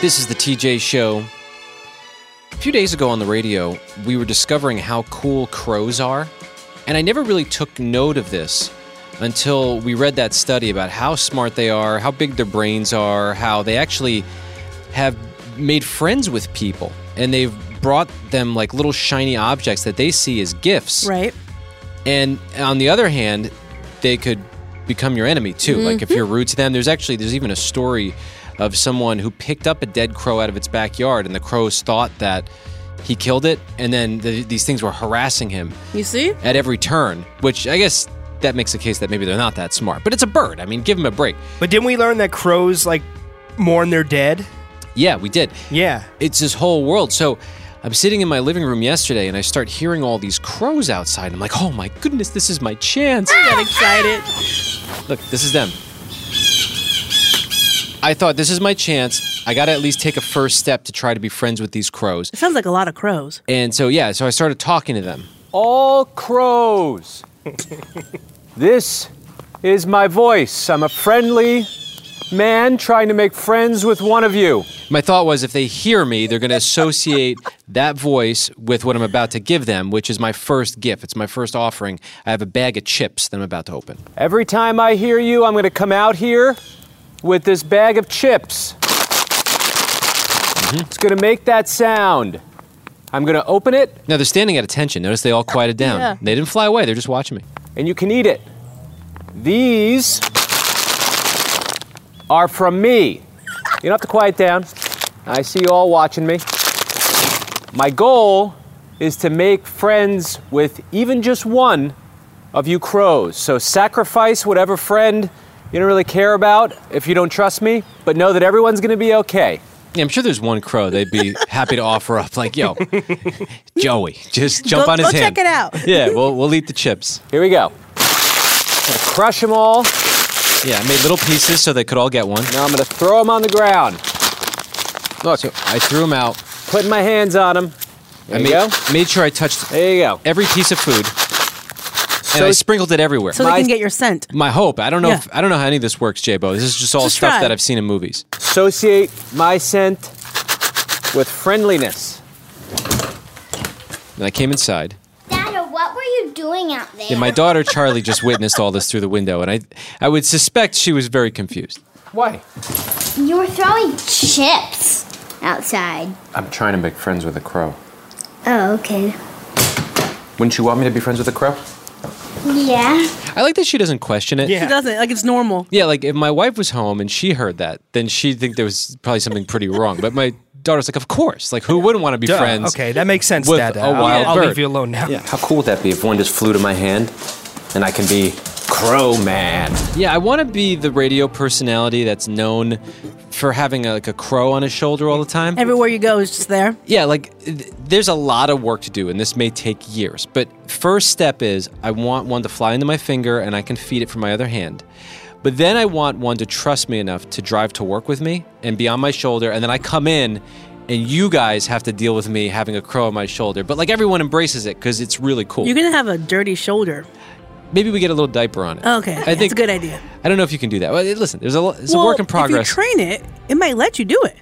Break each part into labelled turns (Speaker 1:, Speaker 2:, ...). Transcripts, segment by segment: Speaker 1: This is the TJ Show. A few days ago on the radio, we were discovering how cool crows are, and I never really took note of this until we read that study about how smart they are, how big their brains are, how they actually have made friends with people, and they've brought them like little shiny objects that they see as gifts.
Speaker 2: Right.
Speaker 1: And on the other hand, they could become your enemy too. Like if you're rude to them, there's actually there's even a story of someone who picked up a dead crow out of its backyard, and the crows thought that he killed it, and then the, these things were harassing him
Speaker 2: You see?
Speaker 1: at every turn. Which I guess that makes the case that maybe they're not that smart. But it's a bird. I mean, give him a break.
Speaker 3: But didn't we learn that crows like mourn their dead?
Speaker 1: Yeah, we did.
Speaker 3: Yeah.
Speaker 1: it's this whole world. So I'm sitting in my living room yesterday and I start hearing all these crows outside. I'm like, oh my goodness, this is my chance.
Speaker 2: I got excited.
Speaker 1: Look, this is them. I thought this is my chance. I got to at least take a first step to try to be friends with these crows.
Speaker 2: It sounds like a lot of crows.
Speaker 1: And so, yeah, so I started talking to them.
Speaker 4: all crows. this is my voice. I'm a friendly man trying to make friends with one of you.
Speaker 1: My thought was if they hear me, they're going to associate that voice with what I'm about to give them, which is my first gift. It's my first offering. I have a bag of chips that I'm about to open.
Speaker 4: Every time I hear you, I'm going to come out here with this bag of chips.
Speaker 1: Mm-hmm.
Speaker 4: It's going to make that sound. I'm going to open it
Speaker 1: Now they're standing at attention. Notice they all quieted down.
Speaker 2: Yeah.
Speaker 1: They didn't fly away. They're just watching me.
Speaker 4: and you can eat it. These are from me. You don't have to quiet down. I see you all watching me. My goal is to make friends with even just one of you crows. So sacrifice whatever friend you don't really care about if you don't trust me, but know that everyone's gonna be okay.
Speaker 1: Yeah, I'm sure there's one crow they'd be happy to offer up. Like, yo, Joey, just jump
Speaker 2: Go-
Speaker 1: on his
Speaker 2: go
Speaker 1: hand.
Speaker 2: check it out.
Speaker 1: Yeah, we'll, we'll eat the chips.
Speaker 4: Here we go. I'm gonna crush them all.
Speaker 1: Yeah, I made little pieces so they could all get one.
Speaker 4: Now I'm gonna throw them on the ground.
Speaker 1: Look, so I threw them out.
Speaker 4: Putting my hands on them. There
Speaker 1: I
Speaker 4: you
Speaker 1: made,
Speaker 4: go.
Speaker 1: made sure I touched
Speaker 4: There you go.
Speaker 1: every piece of food, and
Speaker 4: So-
Speaker 1: I sprinkled it everywhere.
Speaker 2: So
Speaker 4: My-
Speaker 2: they can get your scent.
Speaker 1: My hope. I don't know.
Speaker 2: Yeah.
Speaker 1: If, I don't know how any of this works, J-Bo. This is just all
Speaker 2: Just
Speaker 1: stuff
Speaker 2: try.
Speaker 1: that I've seen in movies.
Speaker 4: associate my scent with friendliness.
Speaker 1: And I came inside.
Speaker 5: Dada, what were you doing out there?
Speaker 1: Yeah, my daughter Charlie just witnessed all this through the window, and I, I would suspect she was very confused.
Speaker 4: Why?
Speaker 5: you were throwing chips outside.
Speaker 6: I'm trying to make friends with a crow.
Speaker 5: Oh, okay.
Speaker 6: Wouldn't you want me to be friends with a crow?
Speaker 5: Yeah.
Speaker 1: I like that she doesn't question it.
Speaker 2: It doesn't. Like it's normal.
Speaker 1: Yeah, like if my wife was home and she heard that, then she'd think there was probably something pretty wrong. But my daughter's like, of course. Like, who wouldn't want to be
Speaker 3: Duh.
Speaker 1: friends?
Speaker 3: Okay, that makes sense,
Speaker 1: with
Speaker 3: Dad.
Speaker 1: a
Speaker 3: I'll,
Speaker 1: wild
Speaker 3: I'll
Speaker 1: bird.
Speaker 3: leave you alone now.
Speaker 6: How cool would that be if one just flew to my hand and I can be Crow Man?
Speaker 1: Yeah, I want to be the radio personality that's known for having a, like a crow on his shoulder all the time.
Speaker 2: Everywhere you go is just there.
Speaker 1: Yeah, like th- there's a lot of work to do, and this may take years. But first step is I want one to fly into my finger, and I can feed it from my other hand. But then I want one to trust me enough to drive to work with me and be on my shoulder, and then I come in, and you guys have to deal with me having a crow on my shoulder. But like everyone embraces it because it's really cool.
Speaker 2: You're gonna have a dirty shoulder.
Speaker 1: Maybe we get a little diaper on it.
Speaker 2: Okay,
Speaker 1: I
Speaker 2: that's
Speaker 1: think
Speaker 2: a good idea.
Speaker 1: I don't know if you can do that. Well, listen, there's a lo- it's
Speaker 2: well,
Speaker 1: a work in progress.
Speaker 2: If you train it, it might let you do it.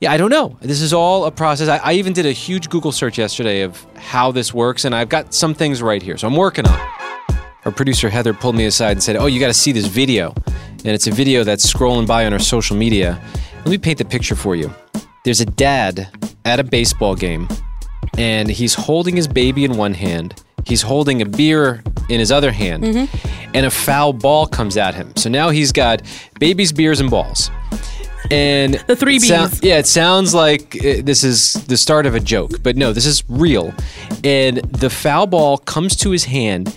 Speaker 1: Yeah, I don't know. This is all a process. I, I even did a huge Google search yesterday of how this works, and I've got some things right here. So I'm working on it. Our producer, Heather, pulled me aside and said, Oh, you got to see this video. And it's a video that's scrolling by on our social media. Let me paint the picture for you. There's a dad at a baseball game, and he's holding his baby in one hand, he's holding a beer in his other hand,
Speaker 2: Mm-hmm.
Speaker 1: and a foul ball comes at him. So now he's got babies, beers, and balls. And
Speaker 2: The three
Speaker 1: it sound-
Speaker 2: Bs.
Speaker 1: yeah, it sounds like uh, this is the start of a joke, but no, this is real. And the foul ball comes to his hand.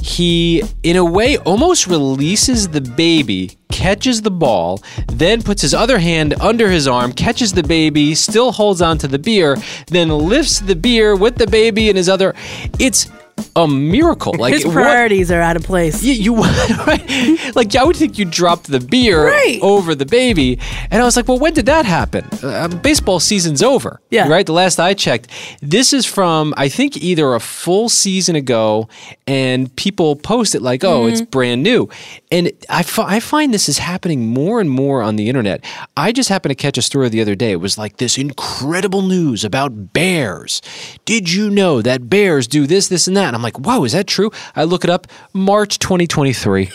Speaker 1: He, in a way, almost releases the baby, catches the ball, then puts his other hand under his arm, catches the baby, still holds on to the beer, then lifts the beer with the baby in his other. It's a miracle. Like
Speaker 2: His
Speaker 1: what-
Speaker 2: priorities are out of place.
Speaker 1: you, you right? like I would think you dropped the beer
Speaker 2: Right.
Speaker 1: over the baby, and I was like, well, when did that happen? Uh, baseball season's over,
Speaker 2: Yeah.
Speaker 1: Right. The last I checked, this is from I think either a full season ago, and people post it like, oh, it's brand new, and I fi- I find this is happening more and more on the internet. I just happened to catch a story the other day. It was like this incredible news about bears. Did you know that bears do this, this, and that? And I'm like, whoa, is that true? I look it up, March 2023.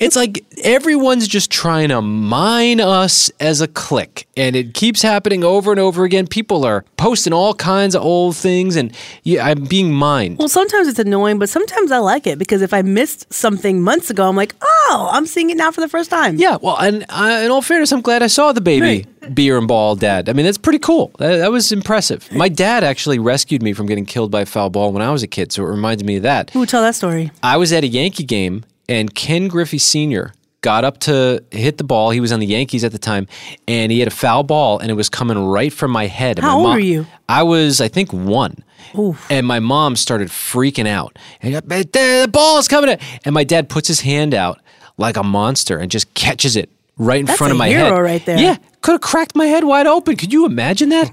Speaker 1: It's like everyone's just trying to mine us as a click, and it keeps happening over and over again. People are posting all kinds of old things, and yeah, I'm being mined.
Speaker 2: Well, sometimes it's annoying, but sometimes I like it because if I missed something months ago, I'm like, oh, I'm seeing it now for the first time.
Speaker 1: Yeah, well, and uh, in all fairness, I'm glad I saw the baby beer and ball dad. I mean, that's pretty cool. That, that was impressive. My dad actually rescued me from getting killed by a foul ball when I was a kid, so it reminds me of that.
Speaker 2: Ooh, tell that story.
Speaker 1: I was at a Yankee game, and Ken Griffey Sr. got up to hit the ball. He was on the Yankees at the time, and he had a foul ball, and it was coming right from my head. And
Speaker 2: How
Speaker 1: my
Speaker 2: old
Speaker 1: mom-
Speaker 2: were you?
Speaker 1: I was, I think, one. And my mom started freaking out. And "But the, the ball is coming at-" And my dad puts his hand out like a monster and just catches it right in
Speaker 2: That's
Speaker 1: front
Speaker 2: a
Speaker 1: of my
Speaker 2: hero
Speaker 1: head.
Speaker 2: right there.
Speaker 1: Yeah, could have cracked my head wide open. Could you imagine that?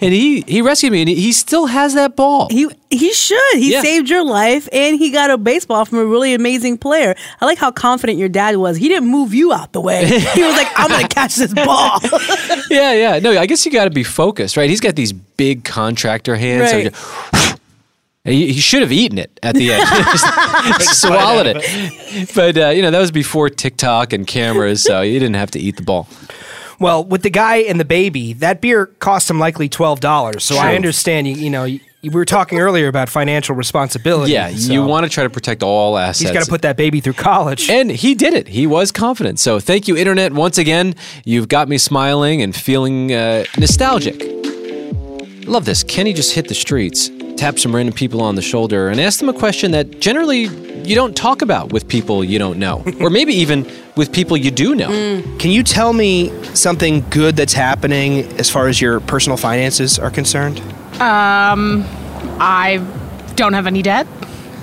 Speaker 1: and he he rescued me, and he, he still has that ball.
Speaker 2: He he should. He
Speaker 1: Yeah.
Speaker 2: saved your life and he got a baseball from a really amazing player. I like how confident your dad was. He didn't move you out the way. He was like, I'm gonna catch this ball.
Speaker 1: yeah, yeah. No, I guess you got to be focused, right? He's got these big contractor hands. so
Speaker 2: Right.
Speaker 1: just- And he, he should have eaten it at the end, just swallowed it. But uh, you know that was before TikTok and cameras, so you didn't have to eat the ball.
Speaker 3: Well, with the guy and the baby, that beer cost him likely twelve dollars. So I
Speaker 1: True.
Speaker 3: understand. You, you know, you, we were talking earlier about financial responsibility.
Speaker 1: Yeah,
Speaker 3: so
Speaker 1: you want to try to protect all assets.
Speaker 3: He's got to put that baby through college.
Speaker 1: and he did it. He was confident. So thank you, internet, once again. You've got me smiling and feeling uh, nostalgic. Love this. Kenny just hit the streets, tapped some random people on the shoulder, and asked them a question that generally you don't talk about with people you don't know, or maybe even with people you do know.
Speaker 3: Can you tell me something good that's happening as far as your personal finances are concerned?
Speaker 7: Um, I don't have any debt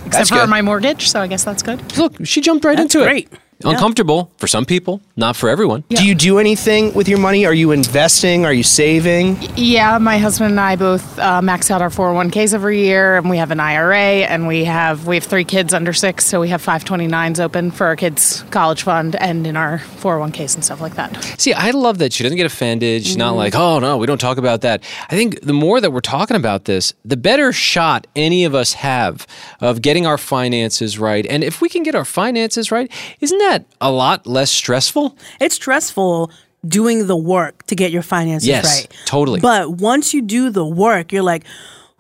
Speaker 7: except
Speaker 1: That's
Speaker 7: for
Speaker 1: good.
Speaker 7: my mortgage, so I guess that's good.
Speaker 1: Look, she jumped right into
Speaker 2: great.
Speaker 1: it. Uncomfortable for some people, not for everyone.
Speaker 3: Do you do anything with your money? Are you investing? Are you saving?
Speaker 7: Yeah, my husband and I both uh, max out our 401ks every year, and we have an IRA, and we have we have three kids under six, so we have 529s open for our kids' college fund and in our 401ks and stuff like that.
Speaker 1: See, I love that she doesn't get offended. She's
Speaker 2: Mm-hmm.
Speaker 1: not like, oh no, we don't talk about that. I think the more that we're talking about this, the better shot any of us have of getting our finances right. And if we can get our finances right, isn't that a lot less stressful?
Speaker 2: it's stressful doing the work to get your finances
Speaker 1: Yes,
Speaker 2: right.
Speaker 1: totally.
Speaker 2: But once you do the work, you're like,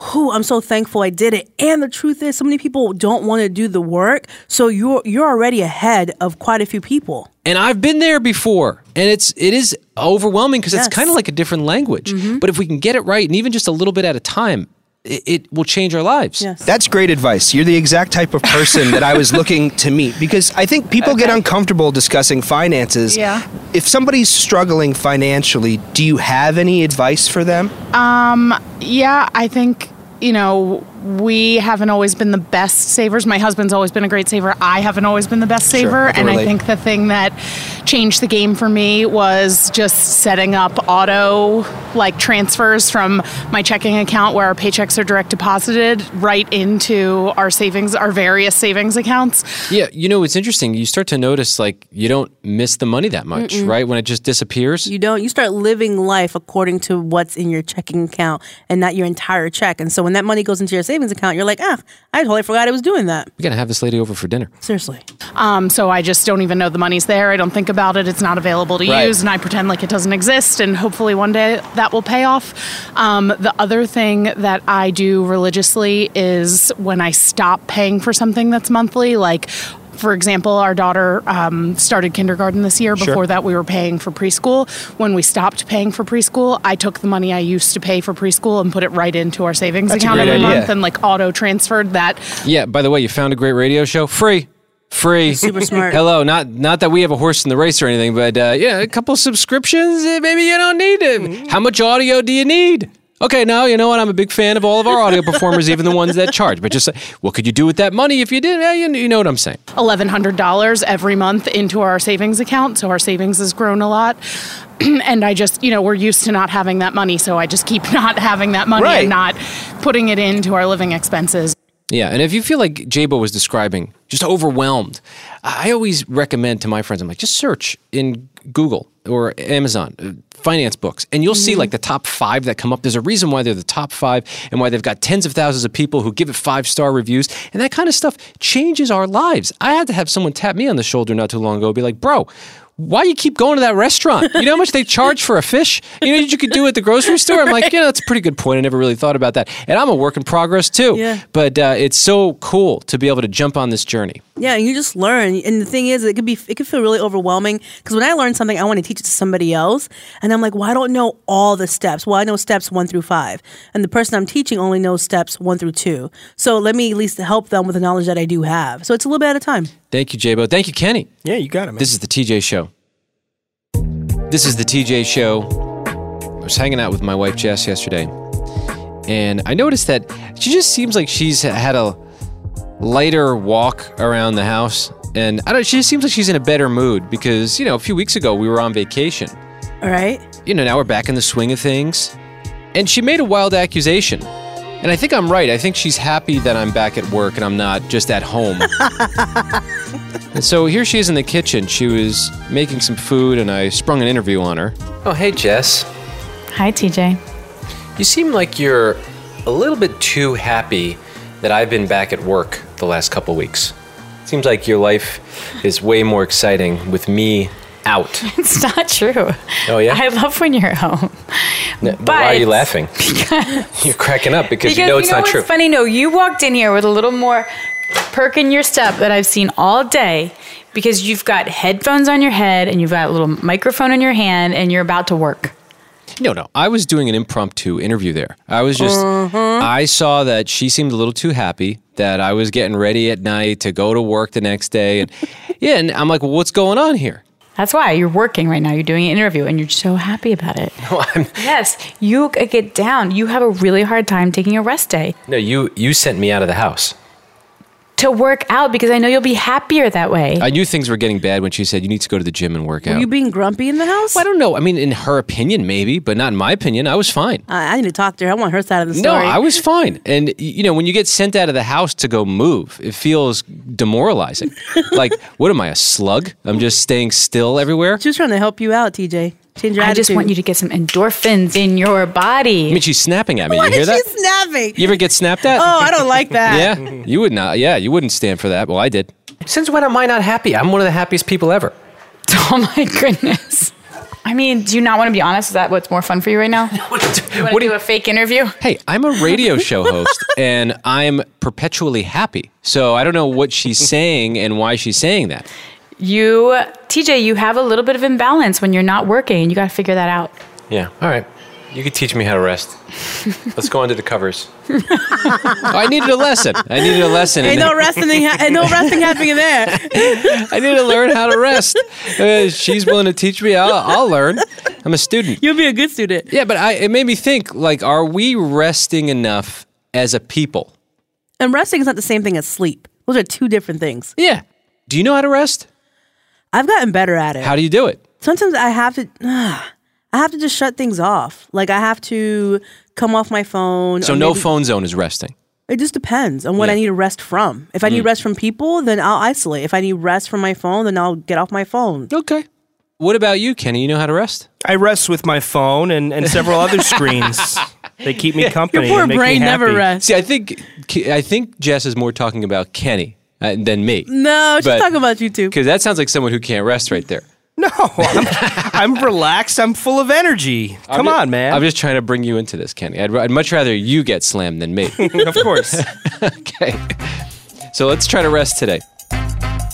Speaker 2: whew, I'm so thankful I did it. And the truth is so many people don't want to do the work. So you're you're already ahead of quite a few people.
Speaker 1: And I've been there before, and it's it is overwhelming because
Speaker 2: Yes. Mm-hmm.
Speaker 1: it's kind of like a different language. But if we can get it right, and even just a little bit at a time, it, it will change our lives.
Speaker 2: Yes.
Speaker 3: That's great advice. You're the exact type of person that I was looking to meet because I think people get uncomfortable discussing finances.
Speaker 7: Yeah.
Speaker 3: If somebody's struggling financially, do you have any advice for them?
Speaker 7: Yeah, I think you know we haven't always been the best savers. My husband's always been a great saver. I haven't always been the best
Speaker 3: Sure,
Speaker 7: saver,
Speaker 3: I can
Speaker 7: and I
Speaker 3: relate.
Speaker 7: think the thing that changed the game for me was just setting up auto like transfers from my checking account where our paychecks are direct deposited right into our savings, our various savings accounts.
Speaker 1: Yeah, you know it's interesting. You start to notice like you don't miss the money that much, right? When it just disappears.
Speaker 2: You don't. You start living life according to what's in your checking account and not your entire check. And so when that money goes into your savings account, you're like, ah, I totally forgot I was doing that.
Speaker 1: we gotta have this lady over for dinner.
Speaker 2: Seriously.
Speaker 7: Um, so I just don't even know the money's there. I don't think about it. It's not available to
Speaker 1: Right.
Speaker 7: use, and I pretend like it doesn't exist. And hopefully one day that will pay off. Um, the other thing that I do religiously is when I stop paying for something that's monthly, like. For example, our daughter um, started kindergarten this year. Before that, we were paying for preschool. When we stopped paying for preschool, I took the money I used to pay for preschool and put it right into our savings account
Speaker 3: great
Speaker 7: every
Speaker 3: idea.
Speaker 7: month and like auto transferred that
Speaker 1: Yeah. By the way, you found a great radio show. Free. Free.
Speaker 2: Super smart.
Speaker 1: Hello. Oh, Not not that we have a horse in the race or
Speaker 2: Mm-hmm.
Speaker 1: anything, but uh, yeah, a couple subscriptions. eh, Maybe you don't need it. How much audio do you need? Okay, now you know what? I'm a big fan of all of our audio performers, even the ones that charge. But just uh, what could you do with that money if you did? Yeah, you, you know what I'm saying.
Speaker 7: $1,100 every month into our savings account. So our savings has grown a lot. and I just, you know, we're used to not having that money. So I just keep not having that money
Speaker 3: Right.
Speaker 7: and not putting it into our living expenses.
Speaker 1: Yeah, and if you feel like Jabo was describing, just overwhelmed, I always recommend to my friends, I'm like, just search in Google or Amazon uh, finance books, and you'll see like the top five that come up. There's a reason why they're the top five and why they've got tens of thousands of people who give it five star reviews, and that kind of stuff changes our lives. I had to have someone tap me on the shoulder not too long ago, be like, bro. Why you keep going to that restaurant? You know how much they charge for a fish? You know what you could do at the grocery store? I'm like, yeah, that's a pretty good point. I never really thought about that. And I'm a work in progress too.
Speaker 2: Yeah.
Speaker 1: But uh, it's so cool to be able to jump on this journey.
Speaker 2: Yeah, and you just learn. And the thing is, it could be it could feel really overwhelming because when I learn something, I want to teach it to somebody else, and I'm like, well, I don't know all the steps. Well, I know steps one through five, and the person I'm teaching only knows steps one through two. So let me at least help them with the knowledge that I do have. So it's a little bit at a time.
Speaker 1: Thank you, Jabo. Thank you, Kenny.
Speaker 3: Yeah, you got it, man.
Speaker 1: This is the TJ Show. This is the TJ Show. I was hanging out with my wife Jess yesterday, and I noticed that she just seems like she's had a lighter walk around the house. And I don't. She just seems like she's in a better mood because you know a few weeks ago we were on vacation.
Speaker 2: All right.
Speaker 1: you know, now we're back in the swing of things. And she made a wild accusation. And I think I'm right. I think she's happy that I'm back at work and I'm not just at home. and so here she is in the kitchen. She was making some food and I sprung an interview on her.
Speaker 6: Oh, hey, Jess.
Speaker 8: Hi, TJ.
Speaker 6: You seem like you're a little bit too happy that I've been back at work the last couple weeks. Seems like your life is way more exciting with me out.
Speaker 8: It's not true.
Speaker 6: Oh, yeah?
Speaker 8: I love when you're at home.
Speaker 6: N-
Speaker 8: but
Speaker 6: why are you laughing? you're cracking up because,
Speaker 8: Because
Speaker 6: you know it's not
Speaker 8: what's
Speaker 6: true.
Speaker 8: funny? No, you walked in here with a little more perk in your step that I've seen all day because you've got headphones on your head and you've got a little microphone in your hand and you're about to work.
Speaker 1: No, no. I was doing an impromptu interview there. I was just, I saw that she seemed a little too happy that I was getting ready at night to go to work the next day. And yeah, and I'm like, well, what's going on here?
Speaker 8: That's why you're working right now. You're doing an interview and you're so happy about it. yes, you g- get down. You have a really hard time taking a rest day
Speaker 6: No, you, you sent me out of the house.
Speaker 8: to work out because I know you'll be happier that way.
Speaker 1: I knew things were getting bad when she said you need to go to the gym and work
Speaker 2: Are
Speaker 1: out.
Speaker 2: you being grumpy in the house?
Speaker 1: I don't know. I mean, in her opinion, maybe, but not in my opinion. I was fine.
Speaker 2: I, I need to talk to her. I want her side of the
Speaker 1: No,
Speaker 2: story.
Speaker 1: I was fine. And y- you know, when you get sent out of the house to go move, it feels demoralizing. like, what am I, a slug? I'm just staying still everywhere.
Speaker 2: she was trying to help you out, TJ. Change your
Speaker 8: I
Speaker 2: attitude.
Speaker 8: just want you to get some endorphins in your body.
Speaker 1: I mean, she's snapping at me.
Speaker 2: Why
Speaker 1: you hear
Speaker 2: is
Speaker 1: that?
Speaker 2: she snapping?
Speaker 1: You ever get snapped at?
Speaker 2: oh, I don't like that.
Speaker 1: yeah, you would not. Yeah, you wouldn't stand for that. Well, I did.
Speaker 6: Since when am I not happy? I'm one of the happiest people ever.
Speaker 8: Oh my goodness. I mean, do you not want to be honest? Is that what's more fun for you right now?
Speaker 6: What do you do-
Speaker 8: Want
Speaker 6: what do
Speaker 8: to do
Speaker 6: you-
Speaker 8: a fake interview?
Speaker 1: Hey, I'm a radio show host and I'm perpetually happy. So I don't know what she's saying and why she's saying that.
Speaker 8: You, TJ, you have a little bit of imbalance when you're not working, and you got to figure that out.
Speaker 6: Yeah, all right. You could teach me how to rest. Let's go under the covers.
Speaker 1: I needed a lesson. I needed a lesson.
Speaker 2: Ain't
Speaker 1: and-
Speaker 2: no resting. Ain't no resting happening in there.
Speaker 1: I need to learn how to rest. Uh, she's willing to teach me. I'll, I'll learn. I'm a student.
Speaker 2: You'll be a good student.
Speaker 1: Yeah, but I, it made me think. Like, are we resting enough as a people?
Speaker 2: And resting is not the same thing as sleep. Those are two different things.
Speaker 1: Yeah. Do you know how to rest?
Speaker 2: I've gotten better at it.
Speaker 1: How do you do it?
Speaker 2: Sometimes I have to I have to just shut things off. Like I have to come off my phone.
Speaker 1: So
Speaker 2: or
Speaker 1: no
Speaker 2: maybe-
Speaker 1: phone zone is resting.
Speaker 2: It just depends on what I need to rest from. If I
Speaker 1: Mm.
Speaker 2: need rest from people, then I'll isolate. If I need rest from my phone, then I'll get off my phone.
Speaker 1: Okay. What about you, Kenny? You know how to rest?
Speaker 3: I rest with my phone and, and several other screens. They keep me company. and make me happy.
Speaker 1: See, I think I think Jess is more talking about Kenny uh, than me.
Speaker 2: No, she's
Speaker 1: But-
Speaker 2: talking about you too.
Speaker 1: Because that sounds like someone who can't rest right there.
Speaker 3: No, Oh, I'm, I'm relaxed. I'm full of energy. Come on, man.
Speaker 1: I'm just trying to bring you into this, Kenny. I'd, I'd much rather you get slammed than me.
Speaker 3: of course.
Speaker 1: Okay. So let's try to rest today.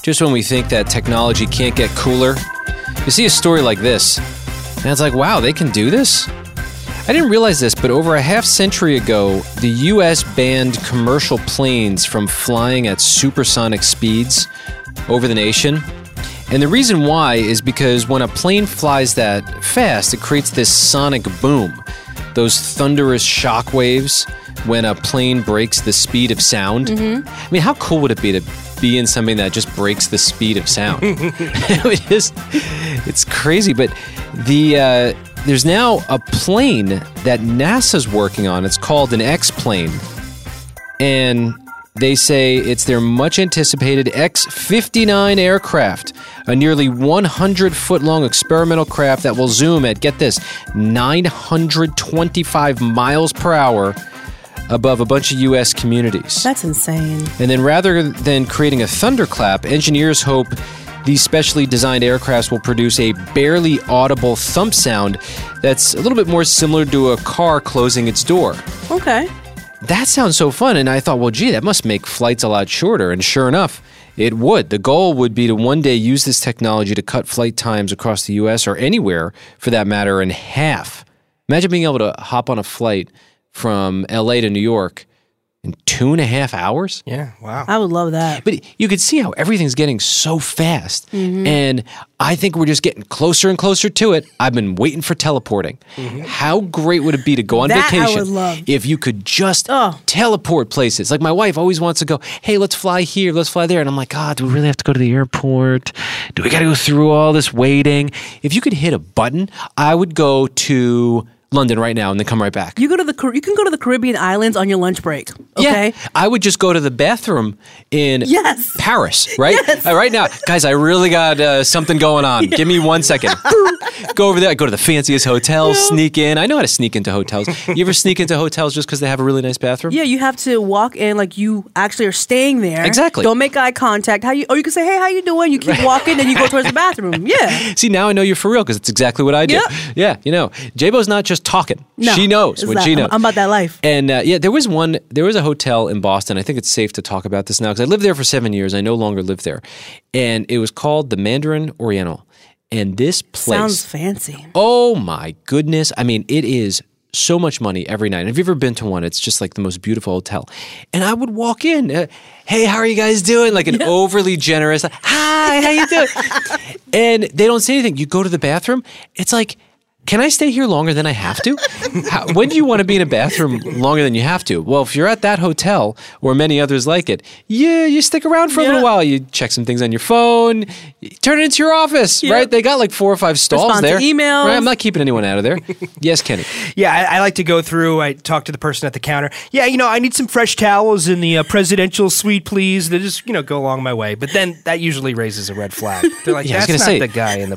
Speaker 1: Just when we think that technology can't get cooler, you see a story like this, and it's like, wow, they can do this? I didn't realize this, but over a half century ago, the US banned commercial planes from flying at supersonic speeds over the nation. And the reason why is because when a plane flies that fast, it creates this sonic boom. those thunderous shock waves when a plane breaks the speed of sound. I mean, how cool would it be to be in something that just breaks the speed of sound? it would just, it's crazy, but the uh, there's now a plane that NASA's working on. It's called an X plane, and they say it's their much anticipated X 59 aircraft, a nearly 100 foot long experimental craft that will zoom at, get this, 925 miles per hour above a bunch of U.S. communities.
Speaker 2: That's insane.
Speaker 1: And then rather than creating a thunderclap, engineers hope these specially designed aircrafts will produce a barely audible thump sound that's a little bit more similar to a car closing its door.
Speaker 2: Okay.
Speaker 1: That sounds so fun. And I thought, well, gee, that must make flights a lot shorter. And sure enough, it would. The goal would be to one day use this technology to cut flight times across the US or anywhere for that matter in half. Imagine being able to hop on a flight from LA to New York in two and a half hours.
Speaker 3: Yeah. Wow.
Speaker 2: I would love that.
Speaker 1: But you could see how everything's getting so fast.
Speaker 2: Mm-hmm.
Speaker 1: And I think we're just getting closer and closer to it. I've been waiting for teleporting. How great would it be to go on
Speaker 2: Mm-hmm. That I
Speaker 1: vacation
Speaker 2: would love.
Speaker 1: if you could just
Speaker 2: Oh.
Speaker 1: teleport places? Like my wife always wants to go, hey, let's fly here, let's fly there. And I'm like, God, do we really have to go to the airport? Do we got to go through all this waiting? If you could hit a button, I would go to London right now and then come right back.
Speaker 2: You go to the Car- you can go to the Caribbean islands on your lunch break. Okay.
Speaker 1: Yeah, I would just go to the bathroom in
Speaker 2: Yes.
Speaker 1: Paris, right? Uh, right now, guys, I really got uh, something going on. Give me one second. Boop. go over there. I go to the fanciest hotels, sneak in. I know how to sneak into hotels. You ever sneak into hotels just because they have a really nice bathroom?
Speaker 2: Yeah, you have to walk in like you actually are staying there.
Speaker 1: Exactly.
Speaker 2: Don't make eye contact. How you? Or you can say, "Hey, how you doing?" You keep walking, then you go towards the bathroom. Yeah.
Speaker 1: See, now I know you're for real because it's exactly what I do.
Speaker 2: Yep.
Speaker 1: Yeah, you know, Jabo's not just talking.
Speaker 2: No,
Speaker 1: she knows
Speaker 2: it's
Speaker 1: what
Speaker 2: not.
Speaker 1: she
Speaker 2: I'm-
Speaker 1: knows.
Speaker 2: I'm about that life.
Speaker 1: And uh, yeah, there was one. There was a hotel in Boston. I think it's safe to talk about this now because I lived there for seven years. I no longer live there, and it was called the Mandarin Oriental. And this place,
Speaker 2: Sounds fancy.
Speaker 1: oh my goodness! I mean, it is so much money every night. And if you've ever been to one, it's just like the most beautiful hotel. And I would walk in, uh, hey, how are you guys doing? Like an overly generous, like, hi, how you doing? and they don't say anything. You go to the bathroom, it's like. Can I stay here longer than I have to? How, when do you want to be in a bathroom longer than you have to? Well, if you're at that hotel or many others like it, yeah, you stick around for a little
Speaker 2: Yeah.
Speaker 1: while. You check some things on your phone, you turn it into your office,
Speaker 2: Yeah.
Speaker 1: right? They got like four or five stalls
Speaker 2: Respond to
Speaker 1: there.
Speaker 2: emails.
Speaker 1: Right, I'm not keeping anyone out of there. yes, Kenny.
Speaker 3: Yeah, I, I like to go through. I talk to the person at the counter. Yeah, you know, I need some fresh towels in the uh, presidential suite, please. They just, you know, go along my way. But then that usually raises a red flag. They're like,
Speaker 1: Yeah, I was
Speaker 3: that's
Speaker 1: gonna
Speaker 3: not
Speaker 1: say-
Speaker 3: the guy in the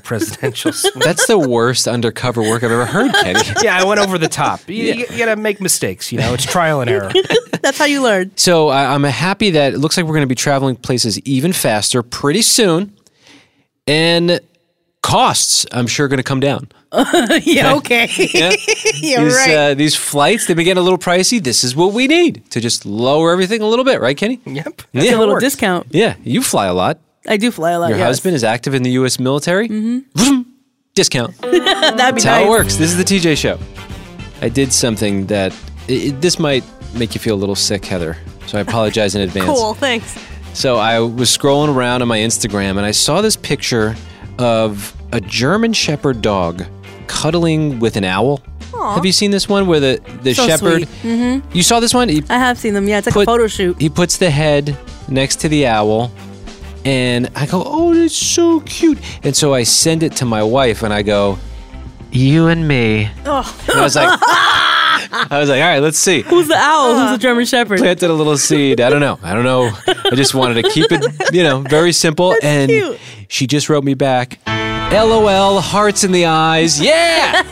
Speaker 3: presidential suite.
Speaker 1: That's the worst undercover work I've ever heard, Kenny.
Speaker 3: yeah, I went over the top. You, you gotta make mistakes. You know, it's trial and error.
Speaker 2: That's how you learn.
Speaker 1: So I, I'm happy that it looks like we're going to be traveling places even faster pretty soon. And costs, I'm sure, are going to come down.
Speaker 2: yeah. Okay.
Speaker 1: Yeah? these, uh, these flights, they've been getting a little pricey. This is what we need to just lower everything a little bit, right, Kenny?
Speaker 3: yep.
Speaker 1: Yeah.
Speaker 2: a little discount.
Speaker 1: Yeah, you fly a lot.
Speaker 2: I do fly a lot.
Speaker 1: Your
Speaker 2: yes.
Speaker 1: husband is active in the U.S. military.
Speaker 2: Mm-hmm.
Speaker 1: Vroom. Discount.
Speaker 2: That'd be
Speaker 1: That's how
Speaker 2: nice.
Speaker 1: it works. This is the TJ show. I did something that i i- this might make you feel a little sick, Heather. So I apologize in advance.
Speaker 2: Cool. Thanks.
Speaker 1: So I was scrolling around on my Instagram and I saw this picture of a German Shepherd dog cuddling with an owl. Have you seen this one where the the
Speaker 2: So
Speaker 1: shepherd? You saw this one? He
Speaker 2: I have seen them. Yeah, it's like
Speaker 1: put-
Speaker 2: a photo shoot.
Speaker 1: He puts the head next to the owl, and I go, "Oh, it's so cute!" And so I send it to my wife, and I go, "You and me." And I was like, I was like, "All right, let's see."
Speaker 2: Who's the owl?
Speaker 1: Uh-huh.
Speaker 2: Who's the German Shepherd?
Speaker 1: Planted a little seed. I don't know. I don't know. I just wanted to keep it, you know, very simple. and
Speaker 2: cute.
Speaker 1: she just wrote me back. LOL, hearts in the eyes. Yeah!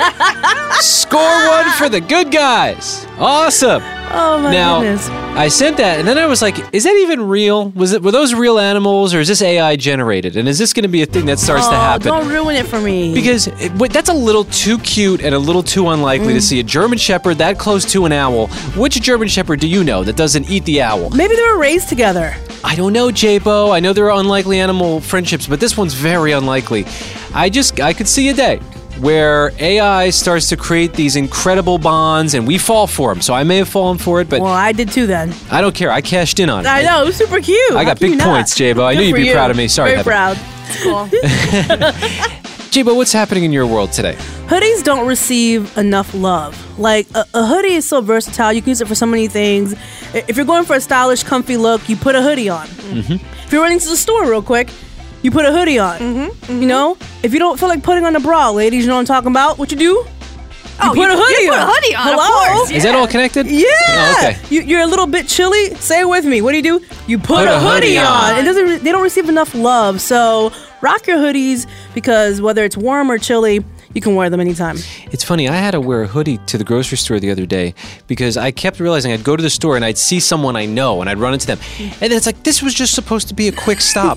Speaker 1: Score one for the good guys. Awesome
Speaker 2: Oh my
Speaker 1: now
Speaker 2: goodness.
Speaker 1: I sent that, and then I was like, "Is that even real? Was it were those real animals, or is this AI generated? And is this going to be a thing that starts to
Speaker 2: Oh,
Speaker 1: happen?"
Speaker 2: don't ruin it for me.
Speaker 1: because it, wait, that's a little too cute and a little too unlikely
Speaker 2: Mm.
Speaker 1: to see a German Shepherd that close to an owl. Which German Shepherd do you know that doesn't eat the owl?
Speaker 2: Maybe they were raised together.
Speaker 1: I don't know, Jabo. I know there are unlikely animal friendships, but this one's very unlikely. I just I could see a day where AI starts to create these incredible bonds, and we fall for them. So I may have fallen for it, but
Speaker 2: Well, I did too then.
Speaker 1: I don't care. I cashed in on it.
Speaker 2: I know, it was super cute.
Speaker 1: I got
Speaker 2: How can
Speaker 1: big
Speaker 2: you not?
Speaker 1: points, Jabo. I knew
Speaker 2: Good
Speaker 1: you'd
Speaker 2: for
Speaker 1: be
Speaker 2: you.
Speaker 1: proud of me. Sorry,
Speaker 2: Very
Speaker 1: Heather.
Speaker 2: proud.
Speaker 1: I Jibo, what's happening in your world today?
Speaker 2: hoodies don't receive enough love. Like a, a hoodie is so versatile; you can use it for so many things. I- If you're going for a stylish, comfy look, you put a hoodie on.
Speaker 1: Mm-hmm.
Speaker 2: If you're running to the store real quick, you put a hoodie on.
Speaker 9: Mm-hmm,
Speaker 2: You know, if you don't feel like putting on a bra, ladies, you know what I'm talking about. What you do? You
Speaker 9: Oh, you- you put a
Speaker 2: on.
Speaker 9: hoodie on, of
Speaker 2: Hello?
Speaker 9: course.
Speaker 1: Is that all connected?
Speaker 2: Yeah.
Speaker 1: Oh, okay.
Speaker 2: You, you're a little bit chilly. Say it with me. What do you do? You put, a, hoodie, on. It doesn't. They don't receive enough love. So rock your hoodies because whether it's warm or chilly, you can wear them anytime.
Speaker 1: It's funny, I had to wear a hoodie to the grocery store the other day because I kept realizing I'd go to the store and I'd see someone I know and I'd run into them. And then it's like, this was just supposed to be a quick stop.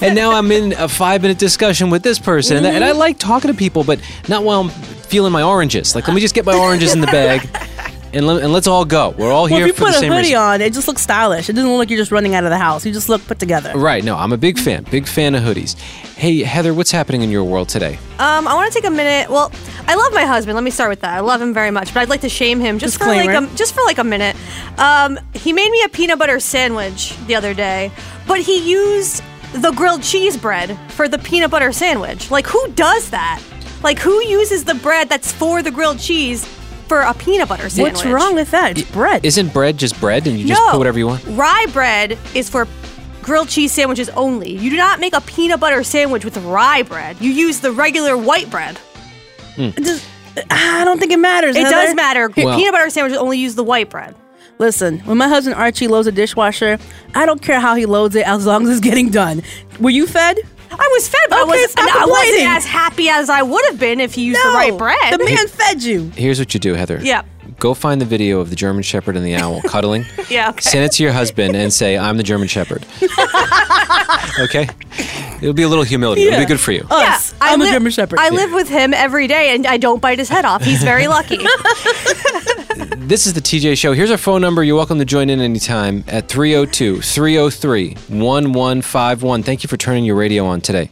Speaker 1: And now I'm in a five minute discussion with this person. And, I- and
Speaker 2: Mm-hmm.
Speaker 1: I like talking to people, but not while I'm feeling my oranges. Like, let me just get my oranges in the bag and, let, and let's all go. We're all
Speaker 2: Well,
Speaker 1: here
Speaker 2: if you
Speaker 1: for the
Speaker 2: put a
Speaker 1: same
Speaker 2: hoodie
Speaker 1: reason.
Speaker 2: on, it just looks stylish. It doesn't look like you're just running out of the house. You just look put together.
Speaker 1: Right, no, I'm a big fan, big fan of hoodies. Hey, Heather, what's happening in your world today?
Speaker 9: Um, I want to take a minute. Well, I love my husband. Let me start with that. I love him very much, but I'd like to shame him just for
Speaker 2: Disclaimer.
Speaker 9: like a, just for like a minute. Um, he made me a peanut butter sandwich the other day, but he used the grilled cheese bread for the peanut butter sandwich. Like who does that? Like who uses the bread that's for the grilled cheese for a peanut butter sandwich?
Speaker 2: What's wrong with that? It's bread.
Speaker 1: Isn't bread just bread and you just
Speaker 9: no.
Speaker 1: put whatever you want?
Speaker 9: Rye bread is for grilled cheese sandwiches only. You do not make a peanut butter sandwich with rye bread. You use the regular white bread.
Speaker 2: It just- I don't think it matters.
Speaker 9: It
Speaker 2: Heather.
Speaker 9: does matter.
Speaker 1: Well-
Speaker 9: Peanut butter sandwiches only use the white bread.
Speaker 2: Listen, when my husband Archie loads a dishwasher, I don't care how he loads it as long as it's getting done. Were you fed?
Speaker 9: I was fed, but
Speaker 2: Okay,
Speaker 9: I, was,
Speaker 2: stop
Speaker 9: I wasn't
Speaker 2: complaining.
Speaker 9: as happy as I would have been if you used the right bread.
Speaker 2: The man fed you.
Speaker 1: Here's what you do, Heather.
Speaker 9: Yeah.
Speaker 1: Go find the video of the German Shepherd and the owl cuddling.
Speaker 9: Yeah, okay.
Speaker 1: Send it to your husband and say, I'm the German Shepherd. okay? It'll be a little humility. It'll be good for you.
Speaker 9: Yeah,
Speaker 2: Us. I'm a
Speaker 9: li-
Speaker 2: German Shepherd.
Speaker 9: I live with him every day, and I don't bite his head off. He's very lucky.
Speaker 1: This is the TJ Show. Here's our phone number. You're welcome to join in anytime at 302 303 1151. Thank you for turning your radio on today.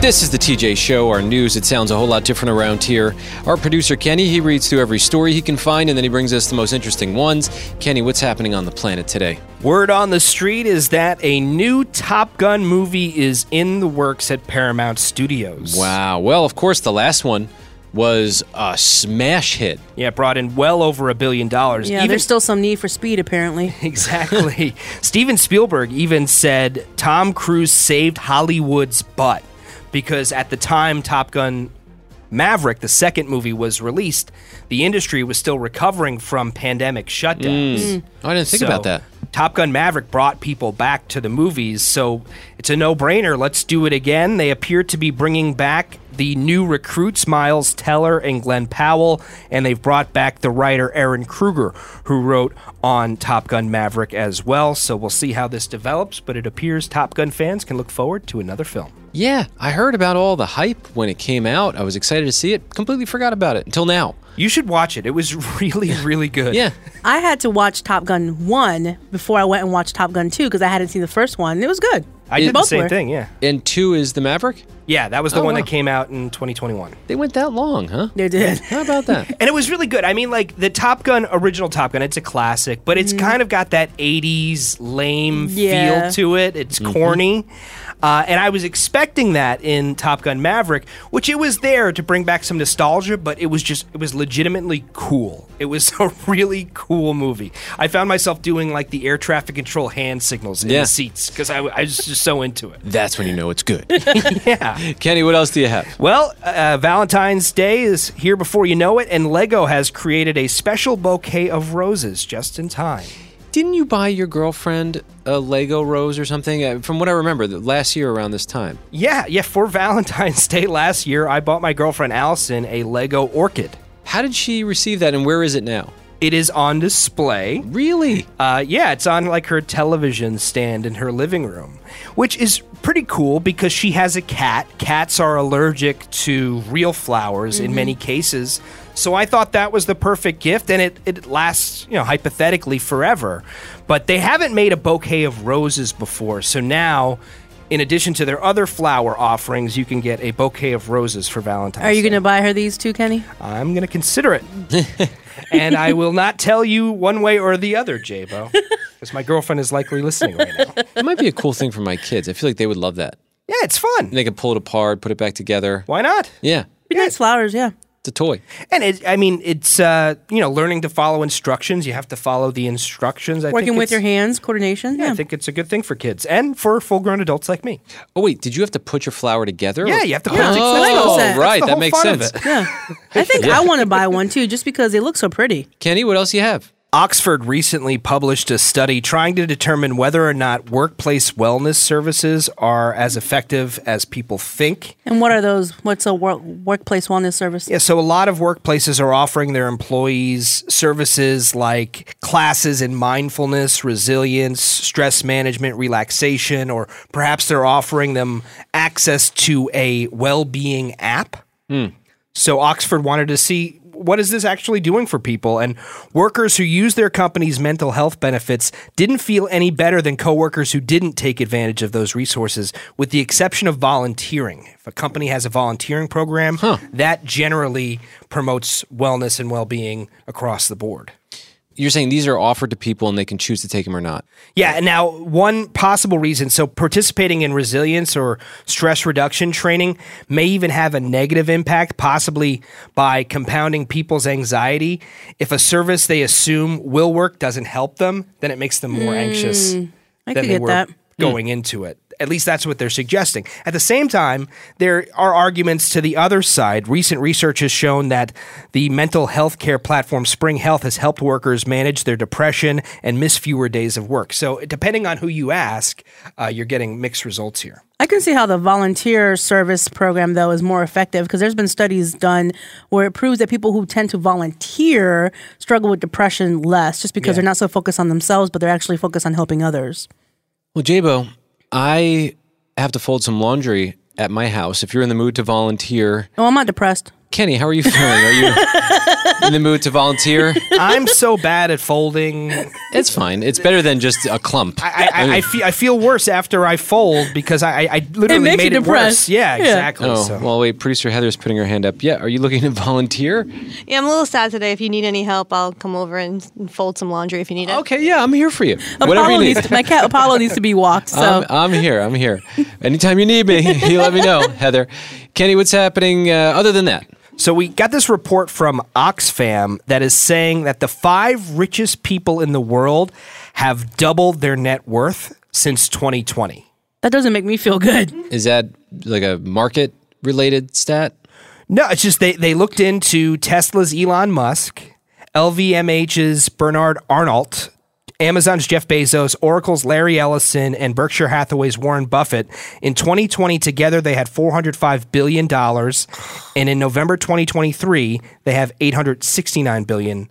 Speaker 1: This is the TJ Show, our news. It sounds a whole lot different around here. Our producer, Kenny, he reads through every story he can find and then he brings us the most interesting ones. Kenny, what's happening on the planet today?
Speaker 3: Word on the street is that a new Top Gun movie is in the works at Paramount Studios.
Speaker 1: Wow. Uh, Well, of course, the last one was a smash hit.
Speaker 3: Yeah, it brought in well over a billion dollars.
Speaker 2: Yeah,
Speaker 3: Even-
Speaker 2: there's still some need for speed apparently.
Speaker 3: Exactly. Steven Spielberg even said Tom Cruise saved Hollywood's butt because at the time Top Gun Maverick, the second movie, was released, the industry was still recovering from pandemic shutdowns.
Speaker 1: Oh, I didn't think
Speaker 3: So,
Speaker 1: about that.
Speaker 3: Top Gun Maverick brought people back to the movies, so it's a no-brainer. Let's do it again. They appear to be bringing back the new recruits Miles Teller and Glenn Powell, and they've brought back the writer Aaron Kruger, who wrote on Top Gun Maverick as well. So we'll see how this develops, but it appears Top Gun fans can look forward to another film.
Speaker 1: Yeah, I heard about all the hype when it came out. I was excited to see it. Completely forgot about it until now.
Speaker 3: You should watch it. It was really, really good.
Speaker 1: Yeah.
Speaker 2: I had to watch Top Gun 1 before I went and watched Top Gun 2 because I hadn't seen the first one. It was good.
Speaker 3: I did the
Speaker 2: Both
Speaker 3: same
Speaker 2: were.
Speaker 3: thing. Yeah,
Speaker 1: And two is the Maverick.
Speaker 3: yeah, that was the
Speaker 1: Oh,
Speaker 3: one
Speaker 1: wow.
Speaker 3: that came out in 2021.
Speaker 1: They went that long, huh?
Speaker 2: They did.
Speaker 1: How about that?
Speaker 3: And it was really good. I mean, like the Top Gun, original Top Gun, it's a classic, but it's kind of got that 80s lame
Speaker 2: Yeah.
Speaker 3: feel to it. It's corny. Uh, and I was expecting that in Top Gun Maverick, which it was there to bring back some nostalgia, but it was just, it was legitimately cool. It was a really cool movie. I found myself doing like the air traffic control hand signals in
Speaker 1: Yeah.
Speaker 3: the seats because I, I was just so into it.
Speaker 1: That's when you know it's good. yeah. Kenny, what else do you have?
Speaker 3: Well, uh, Valentine's Day is here before you know it, and Lego has created a special bouquet of roses just in time.
Speaker 1: Didn't you buy your girlfriend a Lego rose or something? Uh, From what I remember, the last year around this time.
Speaker 3: Yeah, yeah, for Valentine's Day last year, I bought my girlfriend Allison a Lego orchid.
Speaker 1: How did she receive that and where is it now?
Speaker 3: It is on display.
Speaker 1: Really?
Speaker 3: Uh, yeah, it's on like her television stand in her living room, which is pretty cool because she has a cat. Cats are allergic to real flowers in
Speaker 2: Mm-hmm.
Speaker 3: many cases. So I thought that was the perfect gift, and it, it lasts, you know, hypothetically forever. But they haven't made a bouquet of roses before. So now, in addition to their other flower offerings, you can get a bouquet of roses for Valentine's
Speaker 2: Are you
Speaker 3: Day.
Speaker 2: going to buy her these two, Kenny?
Speaker 3: I'm going to consider it. and I will not tell you one way or the other, Jabo, because my girlfriend is likely listening right now.
Speaker 1: It might be a cool thing for my kids. I feel like they would love that.
Speaker 3: Yeah, it's fun.
Speaker 1: And they can pull it apart, put it back together.
Speaker 3: Why not?
Speaker 1: Yeah,
Speaker 2: Be nice flowers, yeah.
Speaker 1: it's a toy.
Speaker 3: And it, I mean, it's uh, you know, learning to follow instructions. You have to follow the instructions. I
Speaker 2: Working
Speaker 3: think
Speaker 2: with your
Speaker 3: it's-
Speaker 2: hands, coordination.
Speaker 3: Yeah,
Speaker 2: Yeah.
Speaker 3: I think it's a good thing for kids and for full-grown adults like me.
Speaker 1: Oh wait, did you have to put your flower together?
Speaker 3: Yeah, you have to put
Speaker 1: Oh,
Speaker 3: it together. That's
Speaker 2: the whole set.
Speaker 1: right,
Speaker 3: That's the
Speaker 1: that
Speaker 3: whole
Speaker 1: makes
Speaker 3: fun of
Speaker 1: sense.
Speaker 3: it.
Speaker 2: yeah. I think I want to buy one too, just because they look so pretty.
Speaker 1: Kenny, what else you have?
Speaker 3: Oxford recently published a study trying to determine whether or not workplace wellness services are as effective as people think.
Speaker 2: And what are those? What's a work, workplace wellness service?
Speaker 3: Yeah, so a lot of workplaces are offering their employees services like classes in mindfulness, resilience, stress management, relaxation, or perhaps they're offering them access to a well being app. So Oxford wanted to see what is this actually doing for people and workers who use their company's mental health benefits didn't feel any better than coworkers who didn't take advantage of those resources with the exception of volunteering. If a company has a volunteering program, that generally promotes wellness and well-being across the board.
Speaker 1: You're saying these are offered to people and they can choose to take them or not.
Speaker 3: Yeah, and now one possible reason so participating in resilience or stress reduction training may even have a negative impact, possibly by compounding people's anxiety. If a service they assume will work doesn't help them, then it makes them more anxious
Speaker 2: Hmm. I
Speaker 3: than
Speaker 2: could
Speaker 3: they
Speaker 2: get
Speaker 3: were
Speaker 2: that.
Speaker 3: going into it. At least that's what they're suggesting. At the same time, there are arguments to the other side. Recent research has shown that the mental health care platform Spring Health has helped workers manage their depression and miss fewer days of work. So, depending on who you ask, uh, you're getting mixed results here.
Speaker 2: I can see how the volunteer service program though is more effective because there's been studies done where it proves that people who tend to volunteer struggle with depression less, just because they're not so focused on themselves, but they're actually focused on helping others.
Speaker 1: Well, Jabo, I have to fold some laundry at my house. If you're in the mood to volunteer,
Speaker 2: Oh, I'm not depressed.
Speaker 1: Kenny, how are you feeling? Are you in the mood to volunteer?
Speaker 3: I'm so bad at folding. I,
Speaker 1: It's fine. It's better than just a clump.
Speaker 3: I, I, I, feel, I feel worse after I fold because I, I- I literally
Speaker 2: makes
Speaker 3: made
Speaker 2: you
Speaker 3: it worse.
Speaker 2: depressed.
Speaker 3: Yeah,
Speaker 2: Yeah.
Speaker 3: exactly.
Speaker 1: Oh,
Speaker 3: so.
Speaker 1: well, wait, producer Heather's putting her hand up. Yeah, are you looking to volunteer?
Speaker 9: Yeah, I'm a little sad today. If you need any help, I'll come over and, and fold some laundry if you need it.
Speaker 1: Okay, yeah, I'm here for you. Whatever you
Speaker 2: Apollo
Speaker 1: need. Um,
Speaker 2: needs to, my cat Apollo needs to be walked. So
Speaker 1: I'm, I'm here. I'm here. Anytime you need me, you let me know, Heather. Kenny, what's happening uh, other than that?
Speaker 3: So we got this report from Oxfam that is saying that the five richest people in the world have doubled their net worth since 2020.
Speaker 2: that doesn't make me feel good.
Speaker 1: Is that like a market related stat?
Speaker 3: No, it's just they, they looked into Tesla's Elon Musk, LVMH's Bernard Arnault, Amazon's Jeff Bezos, Oracle's Larry Ellison, and Berkshire Hathaway's Warren Buffett. In 2020, together they had $405 billion. And in November 2023, they have $869 billion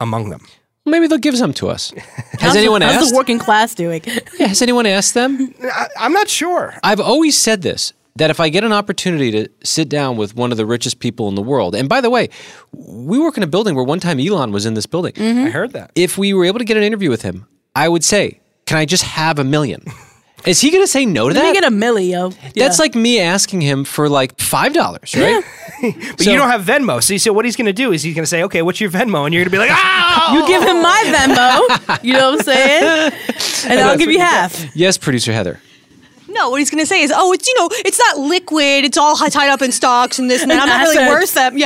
Speaker 3: among them.
Speaker 1: Maybe they'll give some to us. Has anyone
Speaker 2: how's
Speaker 1: asked?
Speaker 2: the working class doing?
Speaker 1: Yeah, has anyone asked them?
Speaker 3: I'm not sure.
Speaker 1: I've always said this that if I get an opportunity to sit down with one of the richest people in the world, and by the way, we work in a building where one time Elon was in this building.
Speaker 3: I
Speaker 2: Mm-hmm.
Speaker 3: heard that.
Speaker 1: If we were able to get an interview with him, I would say, "Can I just have a million? Is he going to say no to
Speaker 2: Let
Speaker 1: that?
Speaker 2: me get a milli, yo.
Speaker 1: That's like me asking him for like five dollars, right?
Speaker 3: But you don't have Venmo. So you say what he's going to do is he's going to say, okay, what's your Venmo? And you're going to be like, ah!
Speaker 2: You give him my Venmo. you know what I'm saying? And I'll give you half.
Speaker 1: yes, producer Heather.
Speaker 9: No, what he's gonna say is, oh, it's you know, it's not liquid. It's all hi- tied up in stocks and this and that. I'm not really
Speaker 2: Assets.
Speaker 9: worth them.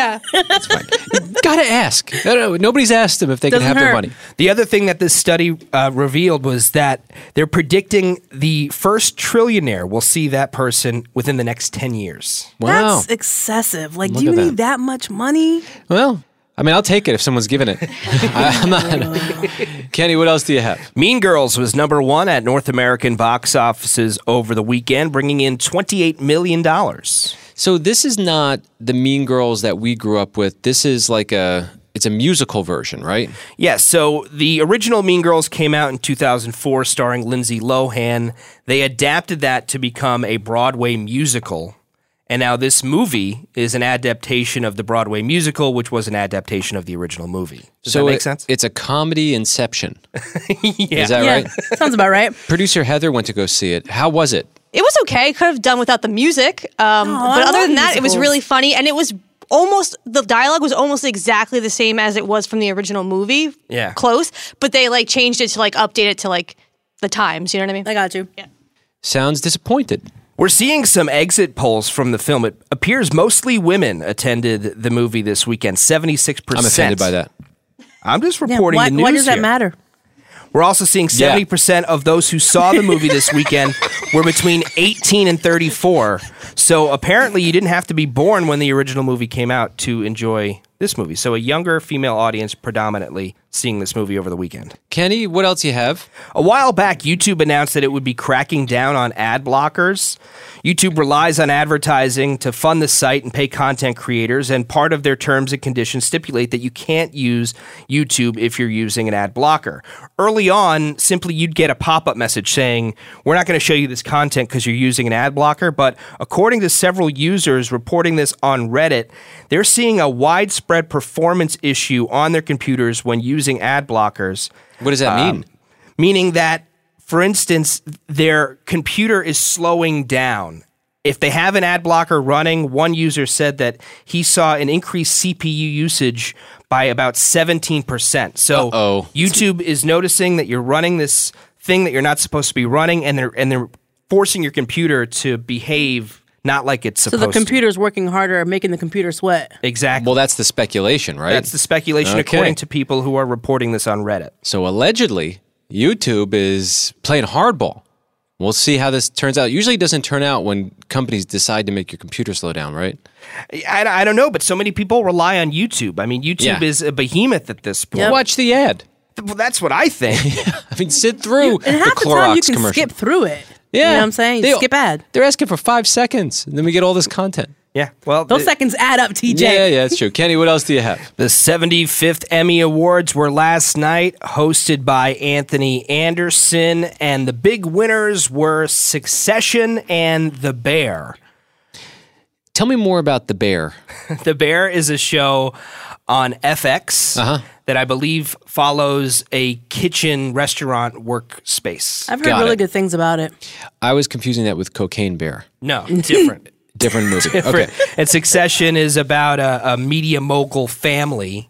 Speaker 9: Yeah.
Speaker 1: Gotta ask. I don't know, Nobody's asked them if they
Speaker 2: Doesn't
Speaker 1: can have their
Speaker 2: hurt.
Speaker 1: money.
Speaker 3: The other thing that this study uh, revealed was that they're predicting the first trillionaire will see that person within the next 10 years.
Speaker 1: Wow.
Speaker 2: That's excessive. Like,
Speaker 1: Look
Speaker 2: do you
Speaker 1: at that.
Speaker 2: need that much money?
Speaker 1: well, I mean, I'll take it if someone's giving it. I, am not. Kenny, what else do you have?
Speaker 3: Mean Girls was number one at North American box offices over the weekend, bringing in $28 million.
Speaker 1: So this is not the Mean Girls that we grew up with. This is like a. It's a musical version, right?
Speaker 3: Yes, so the original Mean Girls came out in 2004 starring Lindsay Lohan. They adapted that to become a Broadway musical. And now this movie is an adaptation of the Broadway musical, which was an adaptation of the original movie. Does
Speaker 1: so
Speaker 3: that make
Speaker 1: it-
Speaker 3: sense?
Speaker 1: It's a comedy inception. Is that right?
Speaker 2: Sounds about right.
Speaker 1: Producer Heather went to go see it. How was it?
Speaker 9: It was okay. Could have done without the music. Um,
Speaker 2: Aw,
Speaker 9: but
Speaker 2: I
Speaker 9: other
Speaker 2: love
Speaker 9: than that, it was
Speaker 2: musicals.
Speaker 9: really funny and it was almost the dialogue was almost exactly the same as it was from the original movie.
Speaker 3: Yeah.
Speaker 9: Close. But they like changed it to like update it to like the times, you know what I mean?
Speaker 2: I got you.
Speaker 1: Sounds disappointed.
Speaker 3: We're seeing some exit polls from the film. It appears mostly women attended the movie this weekend. 76%.
Speaker 1: I'm offended by that.
Speaker 3: I'm just
Speaker 2: Yeah,
Speaker 3: reporting
Speaker 2: why,
Speaker 3: the news
Speaker 2: why does that
Speaker 3: here.
Speaker 2: matter?
Speaker 3: We're also seeing 70% of those who saw the movie this weekend were between 18 and 34. So apparently, you didn't have to be born when the original movie came out to enjoy this movie. So, a younger female audience predominantly seeing this movie over the weekend.
Speaker 1: Kenny, what else you have?
Speaker 3: A while back, YouTube announced that it would be cracking down on ad blockers. YouTube relies on advertising to fund the site and pay content creators, and part of their terms and conditions stipulate that you can't use YouTube if you're using an ad blocker. Early on, simply you'd get a pop up message saying, We're not going to show you this content because you're using an ad blocker. But according to several users reporting this on Reddit, they're seeing a widespread performance issue on their computers when using ad blockers
Speaker 1: What does that mean?
Speaker 3: meaning that, for instance, their computer is slowing down. If they have an ad blocker running, one user said that he saw an increased CPU usage by about 17%. So
Speaker 1: Uh-oh.
Speaker 3: YouTube is noticing that you're running this thing that you're not supposed to be running, and they're, and they're forcing your computer to behave not like it's
Speaker 2: So
Speaker 3: supposed
Speaker 2: the
Speaker 3: to.
Speaker 2: computer's working harder, making the computer sweat.
Speaker 3: Exactly.
Speaker 1: Well, that's the speculation, right?
Speaker 3: That's the speculation
Speaker 1: Okay.
Speaker 3: according to people who are reporting this on Reddit.
Speaker 1: So allegedly, YouTube is playing hardball. We'll see how this turns out. Usually, it doesn't turn out when companies decide to make your computer slow down, right?
Speaker 3: I, I don't know, but so many people rely on YouTube. I mean, YouTube
Speaker 1: Yeah.
Speaker 3: is a behemoth at this point.
Speaker 1: Watch the ad.
Speaker 3: Well, that's what I think.
Speaker 1: I mean, sit through
Speaker 2: And
Speaker 1: the
Speaker 2: half the,
Speaker 1: Clorox
Speaker 2: time you can
Speaker 1: commercial.
Speaker 2: skip through it.
Speaker 1: yeah,
Speaker 2: You know what I'm saying?
Speaker 1: They-
Speaker 2: skip ad.
Speaker 1: They're asking for five seconds, and then we get all this content.
Speaker 3: yeah. Well,
Speaker 2: Those
Speaker 3: the,
Speaker 2: seconds add up, TJ.
Speaker 1: Yeah, yeah, yeah, that's true. Kenny, what else do you have?
Speaker 3: the 75th Emmy Awards were last night, hosted by Anthony Anderson, and the big winners were Succession and The Bear.
Speaker 1: Tell me more about the bear.
Speaker 3: The Bear is a show on FX that I believe follows a kitchen restaurant workspace.
Speaker 2: I've heard
Speaker 1: Got
Speaker 2: really
Speaker 1: it.
Speaker 2: good things about it.
Speaker 1: I was confusing that with Cocaine Bear.
Speaker 3: No, different.
Speaker 1: Different movie. Okay.
Speaker 3: and Succession is about a, a media mogul family.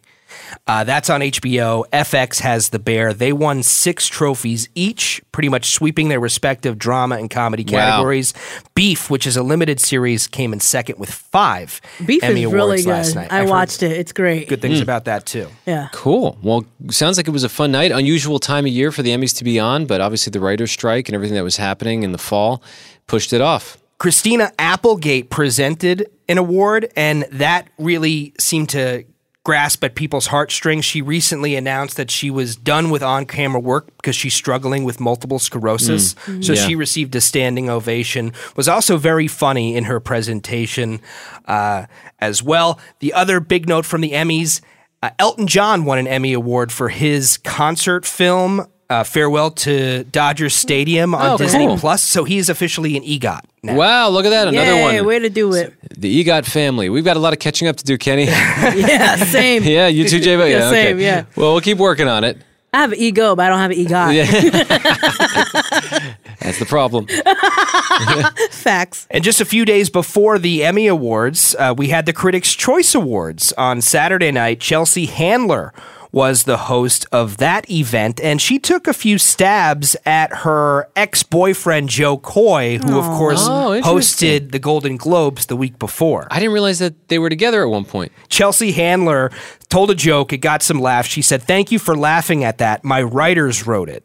Speaker 3: Uh, that's on HBO. FX has The Bear. They won six trophies each, pretty much sweeping their respective drama and comedy
Speaker 1: Wow.
Speaker 3: categories. Beef, which is a limited series, came in second with five
Speaker 2: Beef
Speaker 3: Emmy
Speaker 2: is
Speaker 3: Awards
Speaker 2: really
Speaker 3: last
Speaker 2: good.
Speaker 3: night.
Speaker 2: I
Speaker 3: I've heard
Speaker 2: watched it. It's great.
Speaker 3: Good things about that too.
Speaker 2: Yeah.
Speaker 1: Cool. Well, sounds like it was a fun night. Unusual time of year for the Emmys to be on, but obviously the writer's strike and everything that was happening in the fall pushed it off.
Speaker 3: Christina Applegate presented an award, and that really seemed to grasp at people's heartstrings. She recently announced that she was done with on camera work because she's struggling with multiple sclerosis.
Speaker 1: Mm.
Speaker 3: So she received a standing ovation, was also very funny in her presentation uh, as well. The other big note from the Emmys uh, Elton John won an Emmy Award for his concert film. Uh, farewell to Dodger Stadium on
Speaker 1: Oh,
Speaker 3: Disney
Speaker 1: cool.
Speaker 3: Plus. So he is officially an EGOT now.
Speaker 1: Wow, look at that. Another
Speaker 2: Yay,
Speaker 1: one.
Speaker 2: way to do it.
Speaker 1: The EGOT family. We've got a lot of catching up to do, Kenny.
Speaker 2: yeah, same.
Speaker 1: yeah, you too, Jay.
Speaker 2: Yeah,
Speaker 1: okay.
Speaker 2: same, yeah.
Speaker 1: Well, we'll keep working on it.
Speaker 2: I have an ego, but I don't have an ego.
Speaker 1: That's the problem.
Speaker 2: Facts.
Speaker 3: And just a few days before the Emmy Awards, uh, we had the Critics' Choice Awards on Saturday night. Chelsea Handler was the host of that event, and she took a few stabs at her ex boyfriend, Joe Coy, who, of course,
Speaker 1: Oh, interesting.
Speaker 3: hosted the Golden Globes the week before.
Speaker 1: I didn't realize that they were together at one point.
Speaker 3: Chelsea Handler told a joke. It got some laughs. She said, Thank you for laughing at that. My writers wrote it.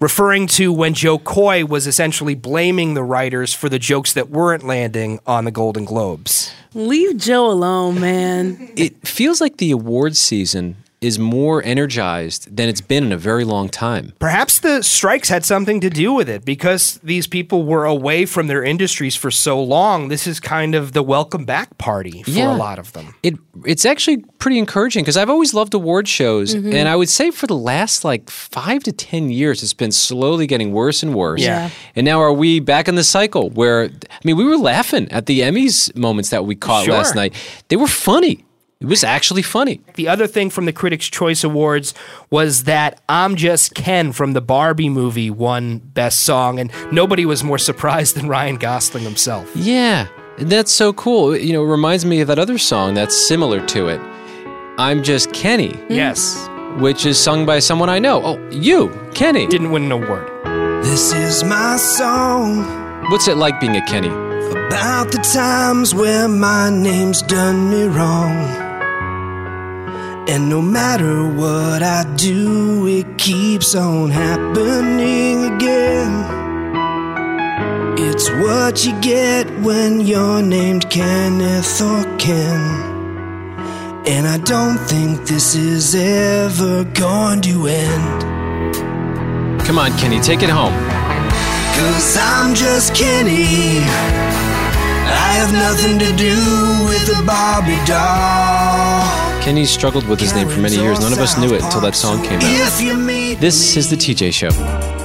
Speaker 3: Referring to when Joe Coy was essentially blaming the writers for the jokes that weren't landing on the Golden Globes.
Speaker 2: Leave Joe alone, man.
Speaker 1: It feels like the awards season is more energized than it's been in a very long time.
Speaker 3: Perhaps the strikes had something to do with it because these people were away from their industries for so long. This is kind of the welcome back party for
Speaker 1: Yeah.
Speaker 3: a lot of them.
Speaker 1: it it's actually pretty encouraging because I've always loved award shows,
Speaker 2: Mm-hmm.
Speaker 1: and I would say for the last like five to ten years, it's been slowly getting worse and worse.
Speaker 3: Yeah.
Speaker 1: And now are we back in the cycle where I mean, we were laughing at the Emmys moments that we caught
Speaker 3: Sure.
Speaker 1: last night. They were funny. It was actually funny.
Speaker 3: The other thing from the Critics' Choice Awards was that I'm Just Ken from the Barbie movie won Best Song, and nobody was more surprised than Ryan Gosling himself.
Speaker 1: Yeah, that's so cool. You know, it reminds me of that other song that's similar to it. I'm just Kenny,
Speaker 3: Mm. Yes,
Speaker 1: which is sung by someone I know. Oh, you, Kenny.
Speaker 3: didn't win an award.
Speaker 10: This is my song.
Speaker 1: What's it like being a Kenny?
Speaker 10: About the times where my name's done me wrong. And no matter what I do, it keeps on happening again. It's what you get when you're named Kenneth or Ken. And I don't think this is ever going to end.
Speaker 1: Come on, Kenny, take it home.
Speaker 10: Cause I'm just Kenny. I have nothing to do with a Barbie doll.
Speaker 1: Kenny struggled with his name for many years. None of us knew it until that song came out.
Speaker 10: If you meet
Speaker 1: This is the TJ Show.